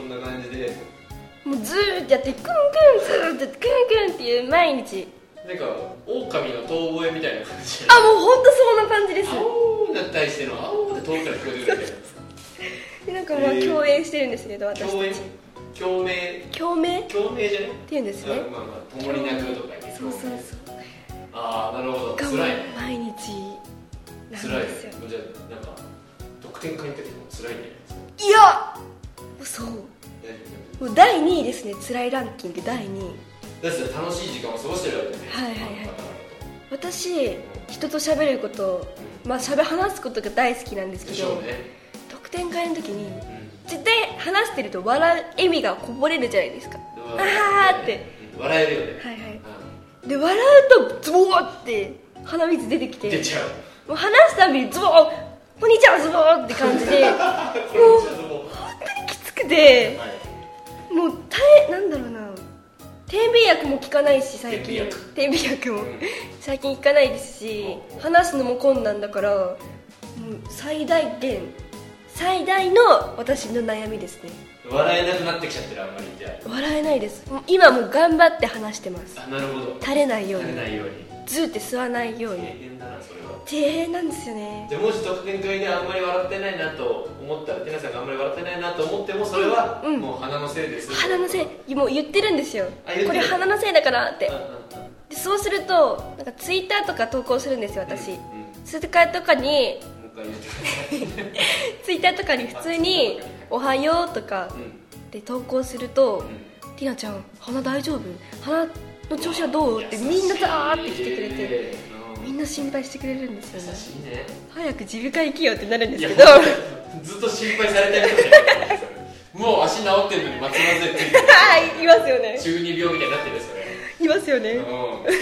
Speaker 2: うん、そんな感じで
Speaker 1: もうズーってやってクンクンズーってクンクンっていう毎日
Speaker 2: なんか狼の遠吠えみたいな感じ
Speaker 1: あもう本当そんな感じです
Speaker 2: あおーな対してのあおーって遠くから聞こえてくるみたい
Speaker 1: でなんかまあ
Speaker 2: えー
Speaker 1: 共演してるんですけど
Speaker 2: な共
Speaker 1: 私
Speaker 2: 演
Speaker 1: たち
Speaker 2: 共鳴
Speaker 1: 共鳴っ
Speaker 2: 共鳴じゃね
Speaker 1: ていうんですね
Speaker 2: うんまあまあ共に泣くとか言って
Speaker 1: そうそうそう
Speaker 2: ああなるほど
Speaker 1: が
Speaker 2: 辛い
Speaker 1: 毎日な
Speaker 2: 辛
Speaker 1: ん
Speaker 2: い
Speaker 1: ですよ
Speaker 2: じゃあなんか得点書いてるのも辛いんじゃないですか
Speaker 1: いやそう
Speaker 2: 大丈夫
Speaker 1: もう第2位ですね辛いランキング第2位
Speaker 2: だってさ楽しい時間を過ごしてるわけね
Speaker 1: はいはいはい
Speaker 2: パタパタ
Speaker 1: 私人と喋ることまあ喋話すことが大好きなんです
Speaker 2: パタ
Speaker 1: け
Speaker 2: でしょ
Speaker 1: ど
Speaker 2: うね
Speaker 1: 特典会の時に
Speaker 2: うん
Speaker 1: 絶対話してると笑う笑みがこぼれるじゃないですか
Speaker 2: で
Speaker 1: あーって
Speaker 2: うん笑えるよね
Speaker 1: はいはい
Speaker 2: うん
Speaker 1: で笑うとズボーって鼻水出てきて
Speaker 2: 出ちゃう
Speaker 1: もう話すたびにズボーお兄ちゃん遊ぼうって感じでも
Speaker 2: これめっちゃズボン
Speaker 1: う本当にきつくて
Speaker 2: はい
Speaker 1: もう耐えなんだろうな点鼻薬も効かないし最近点鼻薬も
Speaker 2: うん
Speaker 1: 最近効かないですし
Speaker 2: うん
Speaker 1: 話すのも困難だからもう最大限最大の私の悩みですね
Speaker 2: 笑えなくなってきちゃってるあんまりじゃ
Speaker 1: 笑えないですもう今もう頑張って話してます
Speaker 2: ああなるほど
Speaker 1: 垂れないよう
Speaker 2: 垂れ
Speaker 1: に
Speaker 2: ないように
Speaker 1: ずーって吸わないよう
Speaker 2: 大
Speaker 1: に
Speaker 2: 変だなそれは
Speaker 1: 大変なんですよね
Speaker 2: じゃあもし特典会であんまり笑ってないなと思ったらテナさんがあんまり笑ってないなと思ってもそれは
Speaker 1: うんうん
Speaker 2: もう鼻のせいです
Speaker 1: 鼻のせいもう言ってるんですよ
Speaker 2: あ言ってる
Speaker 1: これ鼻のせいだからって
Speaker 2: うんうん
Speaker 1: でそうするとなんかツイッターとか投稿するんですよ私、
Speaker 2: うんうん
Speaker 1: ツイッターとかに
Speaker 2: もう一回言ってください
Speaker 1: ツイッターとかに普通に「おはよう」とか
Speaker 2: うん
Speaker 1: で投稿すると
Speaker 2: うん
Speaker 1: 「ティナちゃん鼻大丈夫鼻の調子はどう?」ってみんなザーって来てくれて
Speaker 2: 優しい
Speaker 1: みんな心配してくれるんです
Speaker 2: 優
Speaker 1: よね
Speaker 2: しいね
Speaker 1: 早く耳鼻科行けよってなるんで
Speaker 2: い
Speaker 1: す
Speaker 2: や
Speaker 1: けど
Speaker 2: ずっと心配されてる人じゃないもう足治ってるのにまつまずいてる
Speaker 1: はいいますよね
Speaker 2: 中二病みたいになってるよそれ
Speaker 1: いますよね
Speaker 2: うん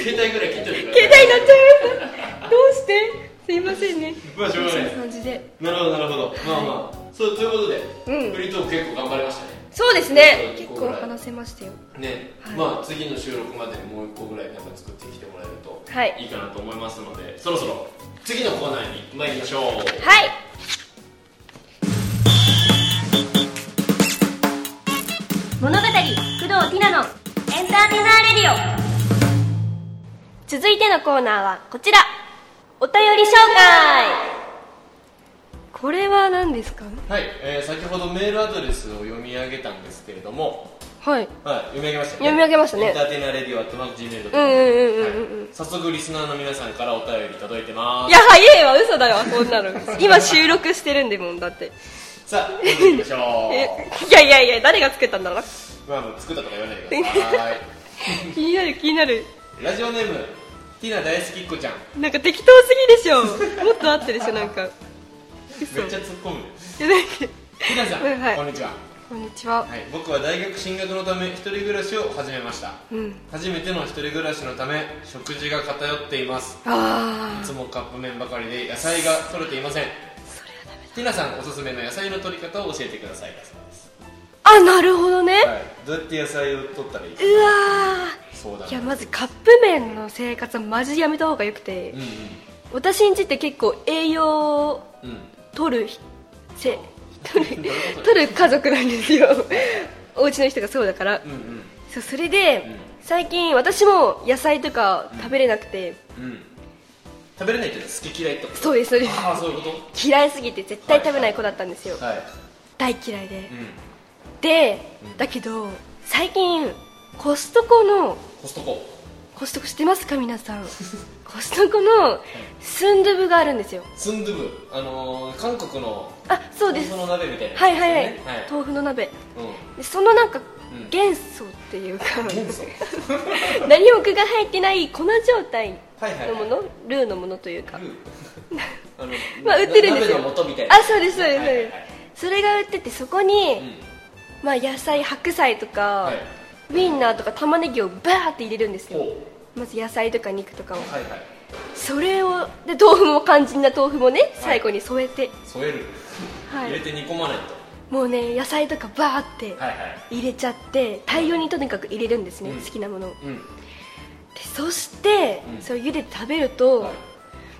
Speaker 2: 携帯ぐらい切っといてく
Speaker 1: 携帯鳴っ
Speaker 2: ださい
Speaker 1: ちゃいますどうしてすいませんね
Speaker 2: まあしょうが
Speaker 1: そ
Speaker 2: な
Speaker 1: う
Speaker 2: い
Speaker 1: いう
Speaker 2: です
Speaker 1: 感じで
Speaker 2: なるほどなるほどまあまあそうということで、
Speaker 1: うん
Speaker 2: フリートーク結構頑張りましたね
Speaker 1: そうですね
Speaker 2: そ
Speaker 1: 結
Speaker 2: うそう
Speaker 1: 構話せましたよ
Speaker 2: ね、
Speaker 1: はい
Speaker 2: まあ次の収録までにもう一個ぐらいなんか作ってきてもらえると
Speaker 1: はい
Speaker 2: いいかなと思いますので、そろそろ次のコーナーに参りましょう
Speaker 1: はい物語工藤ティナのエンターテイナーレディオ続いてのコーナーはこちらお便り紹介これは何ですか
Speaker 2: はい、えー先ほどメールアドレスを読み上げたんですけれども
Speaker 1: はい
Speaker 2: はい、読み上げました、
Speaker 1: 読み上げましたね
Speaker 2: エンターテイナーレディオアットマーク Gmail
Speaker 1: うんうんうんうんうん
Speaker 2: 早速リスナーの皆さんからお便り届いてま
Speaker 1: い
Speaker 2: す
Speaker 1: や早いわ嘘だわこんなの今収録してるんでもんだって
Speaker 2: さあ、読んでいきましょ
Speaker 1: えいやいやいや誰がつけたんだろうな
Speaker 2: うまあもう作ったとか言わないでくだ さ
Speaker 1: 気になる気になる
Speaker 2: いラジオネームティナ大好きっ子ちゃん
Speaker 1: なんか適当すぎでしょもっとあってでしょなんか嘘
Speaker 2: めっちゃ突っ込む
Speaker 1: いやなんか
Speaker 2: ティナさん、
Speaker 1: うんはい
Speaker 2: こんにちは
Speaker 1: こんにちは、
Speaker 2: はい、僕は大学進学のため一人暮らしを始めました
Speaker 1: うん
Speaker 2: 初めての一人暮らしのため食事が偏っています
Speaker 1: あ
Speaker 2: い
Speaker 1: あ
Speaker 2: つもカップ麺ばかりで野菜が取れていませんティナさんおすすめの野菜の取り方を教えてくださいだそうです、
Speaker 1: あなるほどね、
Speaker 2: はい、どうやって野菜を取ったらいいう
Speaker 1: わ
Speaker 2: そうだ
Speaker 1: ー
Speaker 2: ない
Speaker 1: やまずカップ麺の生活はマジやめた方がよくて
Speaker 2: うんうん
Speaker 1: 私んちって結構栄養を
Speaker 2: うん
Speaker 1: 取るひ せ取る
Speaker 2: どういうこと
Speaker 1: 取る家族なんですよお家の人がそうだから、
Speaker 2: うんうん
Speaker 1: そうそれで、
Speaker 2: うん
Speaker 1: 最近私も野菜とか食べれなくて、
Speaker 2: うん食べれないけど好き嫌いってこと
Speaker 1: そうですそうで
Speaker 2: ああそういうこ
Speaker 1: す嫌いすぎて絶対食べない子だったんですよ、
Speaker 2: とはい
Speaker 1: 大嫌いで、
Speaker 2: うん
Speaker 1: で
Speaker 2: うん
Speaker 1: だけど最近コストコの
Speaker 2: コストコ
Speaker 1: コストコ知ってますか皆 さんコストコのスンドゥブがあるんですよ
Speaker 2: スンドゥブあのー、韓国の
Speaker 1: あそうです
Speaker 2: その鍋みたいな
Speaker 1: はいはいはい、
Speaker 2: はい
Speaker 1: 豆腐の鍋
Speaker 2: うん
Speaker 1: でそのなんか
Speaker 2: うん
Speaker 1: 元素っていうか
Speaker 2: 元素
Speaker 1: 何も具が入ってない粉状態
Speaker 2: はいはい
Speaker 1: のものルーのものというか
Speaker 2: あの
Speaker 1: まあ売ってるんですよ
Speaker 2: 鍋の素みたいな
Speaker 1: あそうですそうです、
Speaker 2: はいはいはい
Speaker 1: それが売っててそこ
Speaker 2: う
Speaker 1: に、
Speaker 2: ん
Speaker 1: まあ、野菜白菜とか、
Speaker 2: はい
Speaker 1: ウインナーとか玉ねぎをバーって入れるんです
Speaker 2: ほう
Speaker 1: よまず野菜とか肉とかを
Speaker 2: はいはい
Speaker 1: それをで豆腐も肝心な豆腐もね最後に添えて、
Speaker 2: 添える
Speaker 1: はい
Speaker 2: 入れて煮込まないと
Speaker 1: もうね野菜とかバーって
Speaker 2: はいはい
Speaker 1: 入れちゃって大量にとにかく入れるんですね、
Speaker 2: うん
Speaker 1: 好きなものをで
Speaker 2: うん
Speaker 1: そして、
Speaker 2: うん
Speaker 1: それを茹でて食べると、
Speaker 2: はい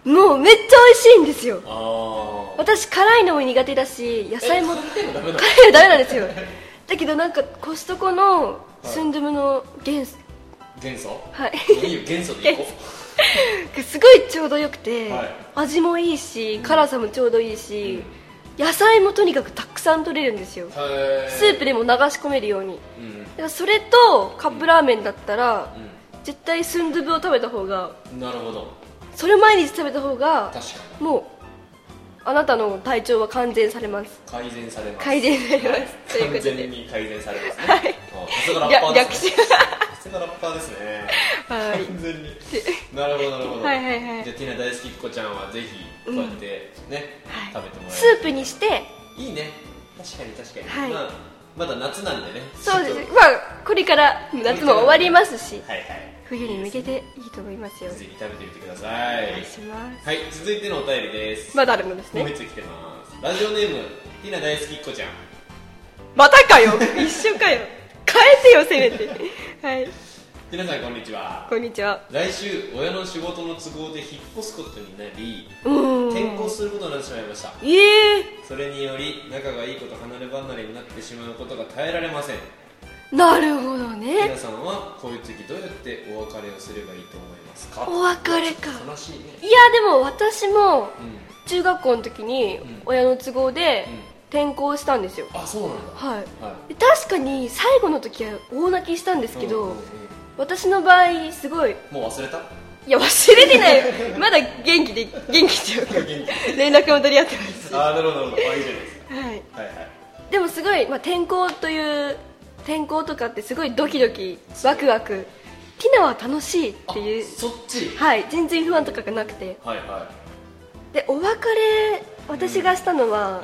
Speaker 1: もうめっちゃ美味しいんですよ
Speaker 2: ああ
Speaker 1: 私辛いのも苦手だし野菜も
Speaker 2: 辛いのダメなの
Speaker 1: 辛いのダメなんですよだけどなんかコストコのスンドゥブの元素
Speaker 2: 元素
Speaker 1: はい
Speaker 2: いいよ元素でいこ
Speaker 1: すごいちょうどよくて、
Speaker 2: はい
Speaker 1: 味もいいし辛さもちょうどいいし、野菜もとにかくたくさん取れるんですよ
Speaker 2: うへ
Speaker 1: スープでも流し込めるように
Speaker 2: プうん
Speaker 1: だからそれとカップラーメンだったら、
Speaker 2: う
Speaker 1: 絶対スンドゥブを食べた方が
Speaker 2: んなるほど
Speaker 1: それを毎日食べた方が
Speaker 2: 確かに
Speaker 1: もうあなたの体調は完全されます
Speaker 2: 改善されます
Speaker 1: 改善されますという
Speaker 2: 完
Speaker 1: こと
Speaker 2: 全
Speaker 1: で
Speaker 2: に改善されますね
Speaker 1: は
Speaker 2: あさすがラッパ
Speaker 1: 逆
Speaker 2: ーで
Speaker 1: 逆
Speaker 2: すね
Speaker 1: し
Speaker 2: さすがラッパーですね
Speaker 1: はい
Speaker 2: 完全になるほどなるほど
Speaker 1: はいはいはい
Speaker 2: じゃあティナ大好きっ子ちゃんはぜひこうやってね、
Speaker 1: はい
Speaker 2: 食べてもらえ
Speaker 1: スープにして
Speaker 2: るいいね確かに確かに、
Speaker 1: はい
Speaker 2: まあまだ夏なんでね
Speaker 1: そうです
Speaker 2: ちょっと
Speaker 1: まあこれから夏も終わりますし
Speaker 2: はいはい
Speaker 1: 冬に向けていいと思いますよ
Speaker 2: ぜひ食べてみてください
Speaker 1: お願いします
Speaker 2: はい続いてのお便りです
Speaker 1: まだあるのです
Speaker 2: もう
Speaker 1: ね
Speaker 2: 一つ来てますラジオネームティナ大好きっ子ちゃん
Speaker 1: またかよ一緒かよ変えてよせめてはい
Speaker 2: ティナさんこんにちは
Speaker 1: こんにちは
Speaker 2: 来週親の仕事の都合で引っ越すことになり
Speaker 1: うん
Speaker 2: 転校することになってしまいました
Speaker 1: ええ
Speaker 2: それにより仲がいいこと離れ離れになってしまうことが耐えられません
Speaker 1: なるほどね
Speaker 2: 皆さんはこういう時どうやってお別れをすればいいと思いますか
Speaker 1: お別れか
Speaker 2: 悲しいね
Speaker 1: いやでも私も
Speaker 2: うん
Speaker 1: 中学校の時に
Speaker 2: ん
Speaker 1: 親の都合で
Speaker 2: うん
Speaker 1: 転校したんですよ
Speaker 2: あそうなんだ
Speaker 1: はい
Speaker 2: は
Speaker 1: で確かに最後の時は大泣きしたんです
Speaker 2: い
Speaker 1: け
Speaker 2: うんう
Speaker 1: ど
Speaker 2: んうん
Speaker 1: 私の場合すごい
Speaker 2: もう忘れた
Speaker 1: いや忘れてないよ まだ元気で元気っていうか
Speaker 2: 元
Speaker 1: 連絡も取り合ってますし、は
Speaker 2: ああなるほどなるほどあいいじゃないです
Speaker 1: い、
Speaker 2: かはいはい
Speaker 1: でもすごい、まあ、転校という転校とかってすごいドキドキワクワクティナは楽しいっていう
Speaker 2: あそっち
Speaker 1: はい全然不安とかがなくて
Speaker 2: はいは
Speaker 1: でお別れ私がしたのは、
Speaker 2: いはい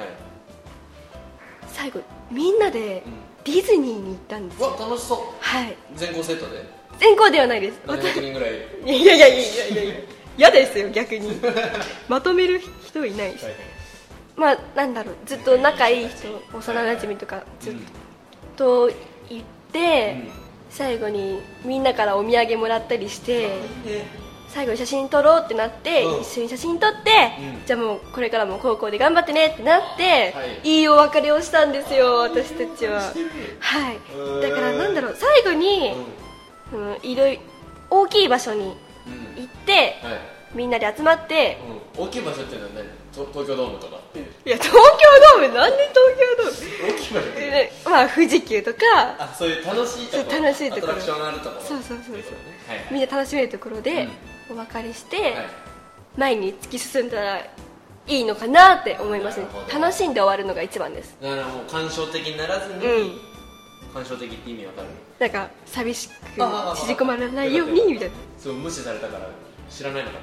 Speaker 1: 最後みんなでディズニーに行ったんです
Speaker 2: う
Speaker 1: よ、
Speaker 2: わ楽しそ
Speaker 1: はいう
Speaker 2: 全校セットで
Speaker 1: 全校ではないです
Speaker 2: 700人ぐらいはい
Speaker 1: いやいやいやいやいやいや嫌ですよ逆 にまとめる人いないし、まあなんだろうずっと仲いい人幼なじみとかずっと行って、
Speaker 2: うん
Speaker 1: 最後にみんなからお土産もらったりして
Speaker 2: で
Speaker 1: 最後に写真撮ろうってなって、
Speaker 2: うん
Speaker 1: 一緒に写真撮って、
Speaker 2: うん
Speaker 1: じゃあもうこれからも高校で頑張ってねってなって、
Speaker 2: はい
Speaker 1: い、いお別れをしたんですよ私たちは
Speaker 2: してる
Speaker 1: はい
Speaker 2: ー
Speaker 1: だからなんだろう最後に、うんいろい大きい場所に
Speaker 2: うんうん
Speaker 1: 行って
Speaker 2: はい
Speaker 1: みんなで集まって
Speaker 2: うん大きい場所っていうのは何と東京ドームとか
Speaker 1: いや東京ドームなんで東京ドーム
Speaker 2: 大きい場所って
Speaker 1: えまあ富士急とか
Speaker 2: あそういう楽しいとこ
Speaker 1: そ
Speaker 2: ろ
Speaker 1: う楽しいところ
Speaker 2: アトラクションあるところ
Speaker 1: そうそうそうそう
Speaker 2: っていことねはい
Speaker 1: みんな楽しめるところでお別れして
Speaker 2: はい
Speaker 1: 前に突き進んだらいいのかなって思いますね
Speaker 2: なるほど
Speaker 1: 楽しんで終わるのが一番です
Speaker 2: だからもう感傷的にならずに、
Speaker 1: うん
Speaker 2: 感傷的って意味わかる
Speaker 1: なんか寂しく
Speaker 2: あああ
Speaker 1: 縮こまらないようにみたいな
Speaker 2: そう無視されたから知らないのか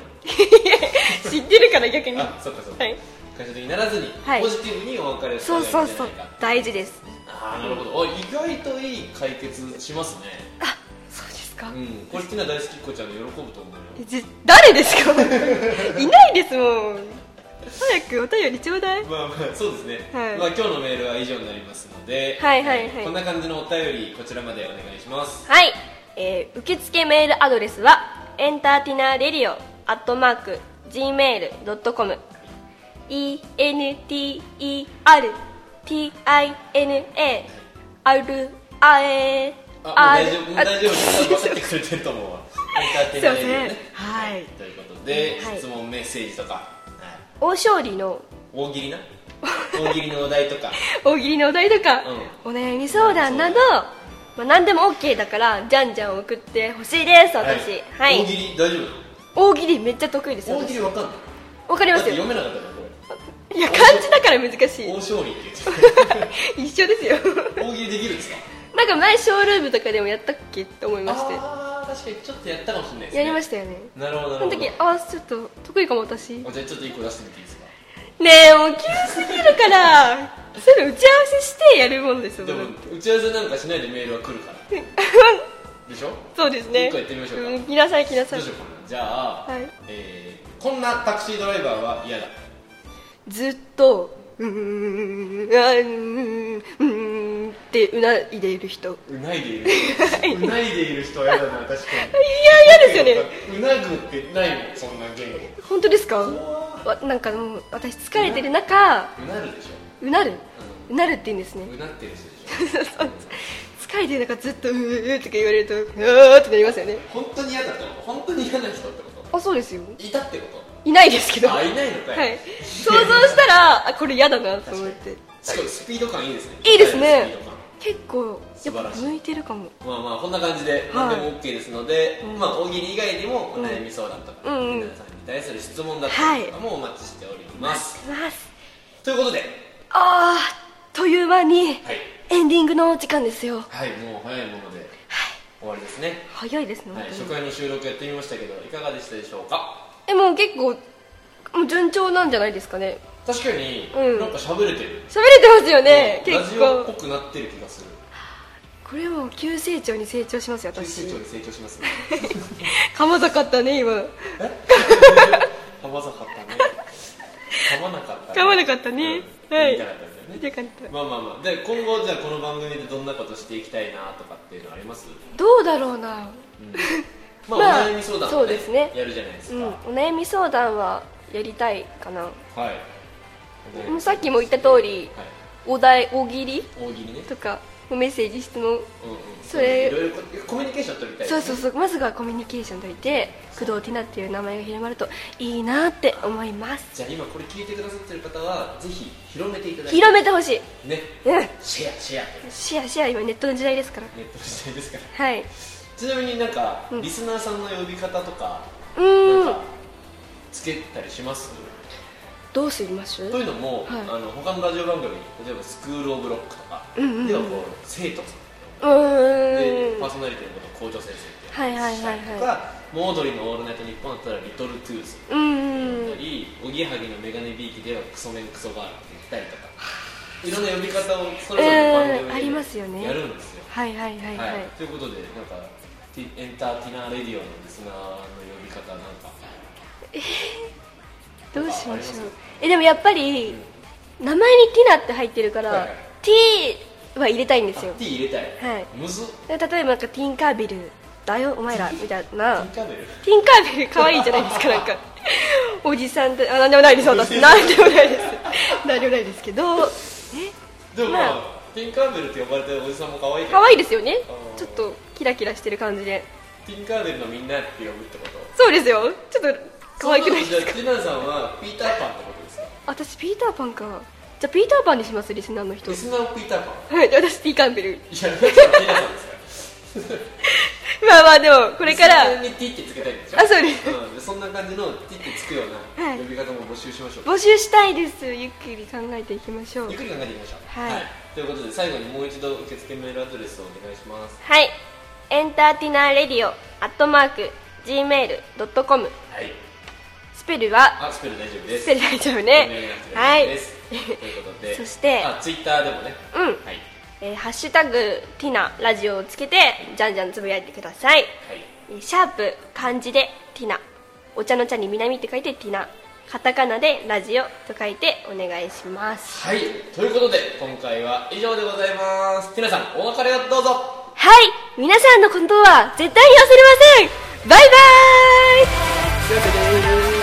Speaker 2: と
Speaker 1: 知ってるから逆に
Speaker 2: 思ったあそっかそっか、
Speaker 1: はい
Speaker 2: 感傷的にならずに、
Speaker 1: はい
Speaker 2: ポジティブにお別れをした
Speaker 1: そ
Speaker 2: ら
Speaker 1: う
Speaker 2: いいんじ
Speaker 1: そ
Speaker 2: ゃな
Speaker 1: う
Speaker 2: いか
Speaker 1: そう大事です
Speaker 2: ああなるほどあ意外といい解決しますね
Speaker 1: あそうですか
Speaker 2: うんこれティナ大好きっ子ちゃんの喜ぶと思うよ
Speaker 1: えじ誰ですか いないですもん早くお便りちょうだい
Speaker 2: まあまあそうですね、
Speaker 1: はい
Speaker 2: まあ今日のメールは以上になりますので
Speaker 1: はいはいはい
Speaker 2: こんな感じのお便りこちらまでお願いします
Speaker 1: はい、えー受付メールアドレスはエンターティナーレディオアットマーク Gmail.com E-N-T-E-R-T-I-N-A R-A
Speaker 2: あもう大丈夫もう大丈夫です分かってくれてると思う わエンターテイナーレディオ
Speaker 1: すいませんはい
Speaker 2: ということで、
Speaker 1: はい
Speaker 2: 質問メッセージとか、はい
Speaker 1: 大勝利の
Speaker 2: 大喜利な大喜利のお題とか
Speaker 1: 大喜利のお題とか、お悩み相談など、まあ、何でも OK だからじゃんじゃん送ってほしいです 私は
Speaker 2: はい
Speaker 1: い、
Speaker 2: 大喜利大丈
Speaker 1: 大喜利めっちゃ得意です
Speaker 2: 夫
Speaker 1: よ
Speaker 2: 大喜利わかんない
Speaker 1: わかりま
Speaker 2: だっ
Speaker 1: す
Speaker 2: て
Speaker 1: よ
Speaker 2: 読めなかったからこ
Speaker 1: いや漢字だから難し
Speaker 2: れ
Speaker 1: い
Speaker 2: 大勝利って言っち
Speaker 1: 一
Speaker 2: ゃ
Speaker 1: 緒ですよ
Speaker 2: う大喜利できるんですか
Speaker 1: なんか前ショールームとかでもやったっけって 思いまして
Speaker 2: ああ確かにちょっとやったかもしれないですね
Speaker 1: やりましたよね
Speaker 2: なるほ
Speaker 1: そ
Speaker 2: どなるほ
Speaker 1: の
Speaker 2: ど
Speaker 1: 時あちょっと得意かも私ね
Speaker 2: あじゃあちょっと一個出してみていいですか
Speaker 1: えもう急すぎるからそういうの打ち合わせしてやるもんですよ
Speaker 2: でも打ち合わせなんかしないでメールは来 るからでしょ
Speaker 1: そうですね
Speaker 2: 一回やってみましょうか
Speaker 1: ん来なさい来なさ
Speaker 2: ど
Speaker 1: いう
Speaker 2: しようかなじゃあ、
Speaker 1: はい
Speaker 2: えーこんなタクシードライバーは嫌だ
Speaker 1: ずっとうーんうーんうーんってうないでいる人
Speaker 2: うないでい る人うないでいる人は嫌だな確
Speaker 1: い
Speaker 2: か
Speaker 1: や嫌ですよね
Speaker 2: にうなぐってないもんそんな言語
Speaker 1: 本当ですかわなんかもう私疲れてる中
Speaker 2: うなるでし
Speaker 1: うなるうなるって言うんですね
Speaker 2: ょうなってる人でし
Speaker 1: そう
Speaker 2: ょ
Speaker 1: そう疲れてる中ずっと「うー」とか言われると「うー」ってなりますよね
Speaker 2: 本当に嫌だってこと本当に嫌な人ってこ
Speaker 1: あそうですよ
Speaker 2: といたってこ
Speaker 1: いないですけど
Speaker 2: と
Speaker 1: は
Speaker 2: あ
Speaker 1: い
Speaker 2: いないのかい、
Speaker 1: 想像したらあこれ嫌だなと思って
Speaker 2: すごいスピード感いいですね
Speaker 1: いいですね
Speaker 2: スピード感
Speaker 1: 結構や
Speaker 2: 素
Speaker 1: っ
Speaker 2: 晴
Speaker 1: ぱ
Speaker 2: らしい
Speaker 1: 向いてるかも
Speaker 2: まあまあこんな感じで何でも OK ですので、
Speaker 1: うん
Speaker 2: まあ大喜利以外にもお悩み相談とか、
Speaker 1: うんうん
Speaker 2: 皆さんに対する質問だったりとかもお待ちしております、
Speaker 1: ます
Speaker 2: ということで
Speaker 1: あーという間に
Speaker 2: はい
Speaker 1: エンディングのお時間ですよ
Speaker 2: はいもう早いもので終わりですね、
Speaker 1: 早いですね、
Speaker 2: はい、
Speaker 1: 本当
Speaker 2: 初
Speaker 1: に
Speaker 2: 回の収録やってみましたけどいかがでしたでしょうか
Speaker 1: えもう結構もう順調なんじゃないですかね
Speaker 2: 確かに、
Speaker 1: うん
Speaker 2: なんか喋れてる、
Speaker 1: 喋れてますよね
Speaker 2: ラ
Speaker 1: 結
Speaker 2: ジオっぽ
Speaker 1: 構
Speaker 2: くなってる気がする
Speaker 1: これも急成長に成長しますよ
Speaker 2: 急
Speaker 1: 私
Speaker 2: 成長に成長しますね
Speaker 1: 噛まなかったね今
Speaker 2: 噛まなかったね噛まなかったね
Speaker 1: 噛まなかったね
Speaker 2: うん
Speaker 1: はい
Speaker 2: 言いたかったんだよね
Speaker 1: よかった
Speaker 2: まあまあまあで今後じゃあこの番組でどんなことしていきたいなとかっていうのあります、
Speaker 1: どうだろうな
Speaker 2: まあ、
Speaker 1: まあ
Speaker 2: お悩み相談も、ね、
Speaker 1: そうですね
Speaker 2: やるじゃないです
Speaker 1: う
Speaker 2: か、
Speaker 1: ん
Speaker 2: は
Speaker 1: お悩み相談はやりたいかないもうさっきも言った通り
Speaker 2: はい、
Speaker 1: お題大喜利
Speaker 2: 大喜利ね、
Speaker 1: とかメッセージ質問
Speaker 2: うんうん、
Speaker 1: それ
Speaker 2: いろいろこコミュニケーション取りたい
Speaker 1: そう
Speaker 2: です
Speaker 1: そ
Speaker 2: ね
Speaker 1: うそうまずはコミュニケーションといて工藤ティナっていう名前が広まるといいなって思います
Speaker 2: じゃあ今これ聞いてくださってる方はぜひ広めていただいて
Speaker 1: 広めてほしい
Speaker 2: ね
Speaker 1: うん
Speaker 2: シェアシェアって
Speaker 1: シェアシェア今ネットの時代ですから
Speaker 2: ネットの時代ですから
Speaker 1: はい
Speaker 2: ちなみになんか、
Speaker 1: うん
Speaker 2: リスナーさんの呼び方とか
Speaker 1: う
Speaker 2: なん
Speaker 1: ーん
Speaker 2: かつけたりします、
Speaker 1: どうすります
Speaker 2: というのも、
Speaker 1: はい
Speaker 2: あの他のラジオ番組例えば「スクール・オブ・ロック」とか、
Speaker 1: うんうんうん
Speaker 2: ではこう生徒さん
Speaker 1: う
Speaker 2: で
Speaker 1: ーん
Speaker 2: パーソナリティのことを校長先生って
Speaker 1: はいはいはい
Speaker 2: と
Speaker 1: は
Speaker 2: か、モードリーの「オールナイトニッポン」だったら「リトル・トゥース」
Speaker 1: いうん
Speaker 2: なり、おぎやはぎのメガネビーキではクソメンクソガールって言ったりとか、いろんな呼び方をそれぞれ
Speaker 1: え
Speaker 2: の番組で
Speaker 1: ーありますよね
Speaker 2: やるんですよ。
Speaker 1: はいはいはい
Speaker 2: は
Speaker 1: はいい
Speaker 2: ということで、なんか、ティエンターティナーレディオのリスナーの呼び方、なんか、
Speaker 1: どうしまし
Speaker 2: ああります
Speaker 1: ょうえでもやっぱり名前にティナって入ってるか
Speaker 2: はい
Speaker 1: ら
Speaker 2: はい
Speaker 1: T は入れたいんですよ
Speaker 2: あ T 入れたい、
Speaker 1: はい
Speaker 2: むずっ、
Speaker 1: で例えばなんかティンカーベルだよお前らみたいな
Speaker 2: ティンカーベル、
Speaker 1: ティンカーベル可愛いじゃないですかなんかおじさんってあなんでもないです私なんでもないですなんでもないですけどえ
Speaker 2: でも、
Speaker 1: ま
Speaker 2: ま
Speaker 1: あ
Speaker 2: あ、ティンカーベルって呼ばれてるおじさんも可愛いけど
Speaker 1: 可、愛いですよね
Speaker 2: あー
Speaker 1: ちょっとキラキラしてる感じで
Speaker 2: ティンカーベルのみんなって呼ぶってこと、
Speaker 1: そうですよちょっと可愛くない
Speaker 2: そ
Speaker 1: です
Speaker 2: うるとじゃあ、ティナさんはピーターパンってことですか、
Speaker 1: 私ピーターパンかじゃあピーターパンにしますリスナーの人
Speaker 2: リスナーをピーターパン、
Speaker 1: はい私ティンカーベル
Speaker 2: いや、ティナさんですから。
Speaker 1: まあまあでもこれから
Speaker 2: 自然にティってつけたいんでしょ
Speaker 1: あそうです
Speaker 2: うん、そんな感じのティってつくよう
Speaker 1: は
Speaker 2: ない呼び方も募集しましょう、
Speaker 1: 募集したいですゆっくり考えていきましょう
Speaker 2: ゆっくり考えていきましょう
Speaker 1: はい
Speaker 2: ということで最後にもう一度受付メールアドレスをお願いします
Speaker 1: はいエンターティナーレディオアットマーク Gmail.com
Speaker 2: はい
Speaker 1: スペルは
Speaker 2: あスペル大丈夫です
Speaker 1: スペル大丈夫
Speaker 2: ごめん
Speaker 1: ね
Speaker 2: なさい
Speaker 1: はい
Speaker 2: ですということで
Speaker 1: そして
Speaker 2: あツイッターでもね
Speaker 1: うん
Speaker 2: はい
Speaker 1: えーハッシュタグティナラジオをつけてじゃんじゃんつぶやいてください
Speaker 2: はい
Speaker 1: えーシャープ漢字でティナお茶の茶に南って書いてティナカタカナでラジオと書いてお願いします
Speaker 2: はいということで今回は以上でございますティナさんお別れをどうぞ
Speaker 1: はい皆さんのことは絶対に忘れませんバイバーイ
Speaker 2: 幸せです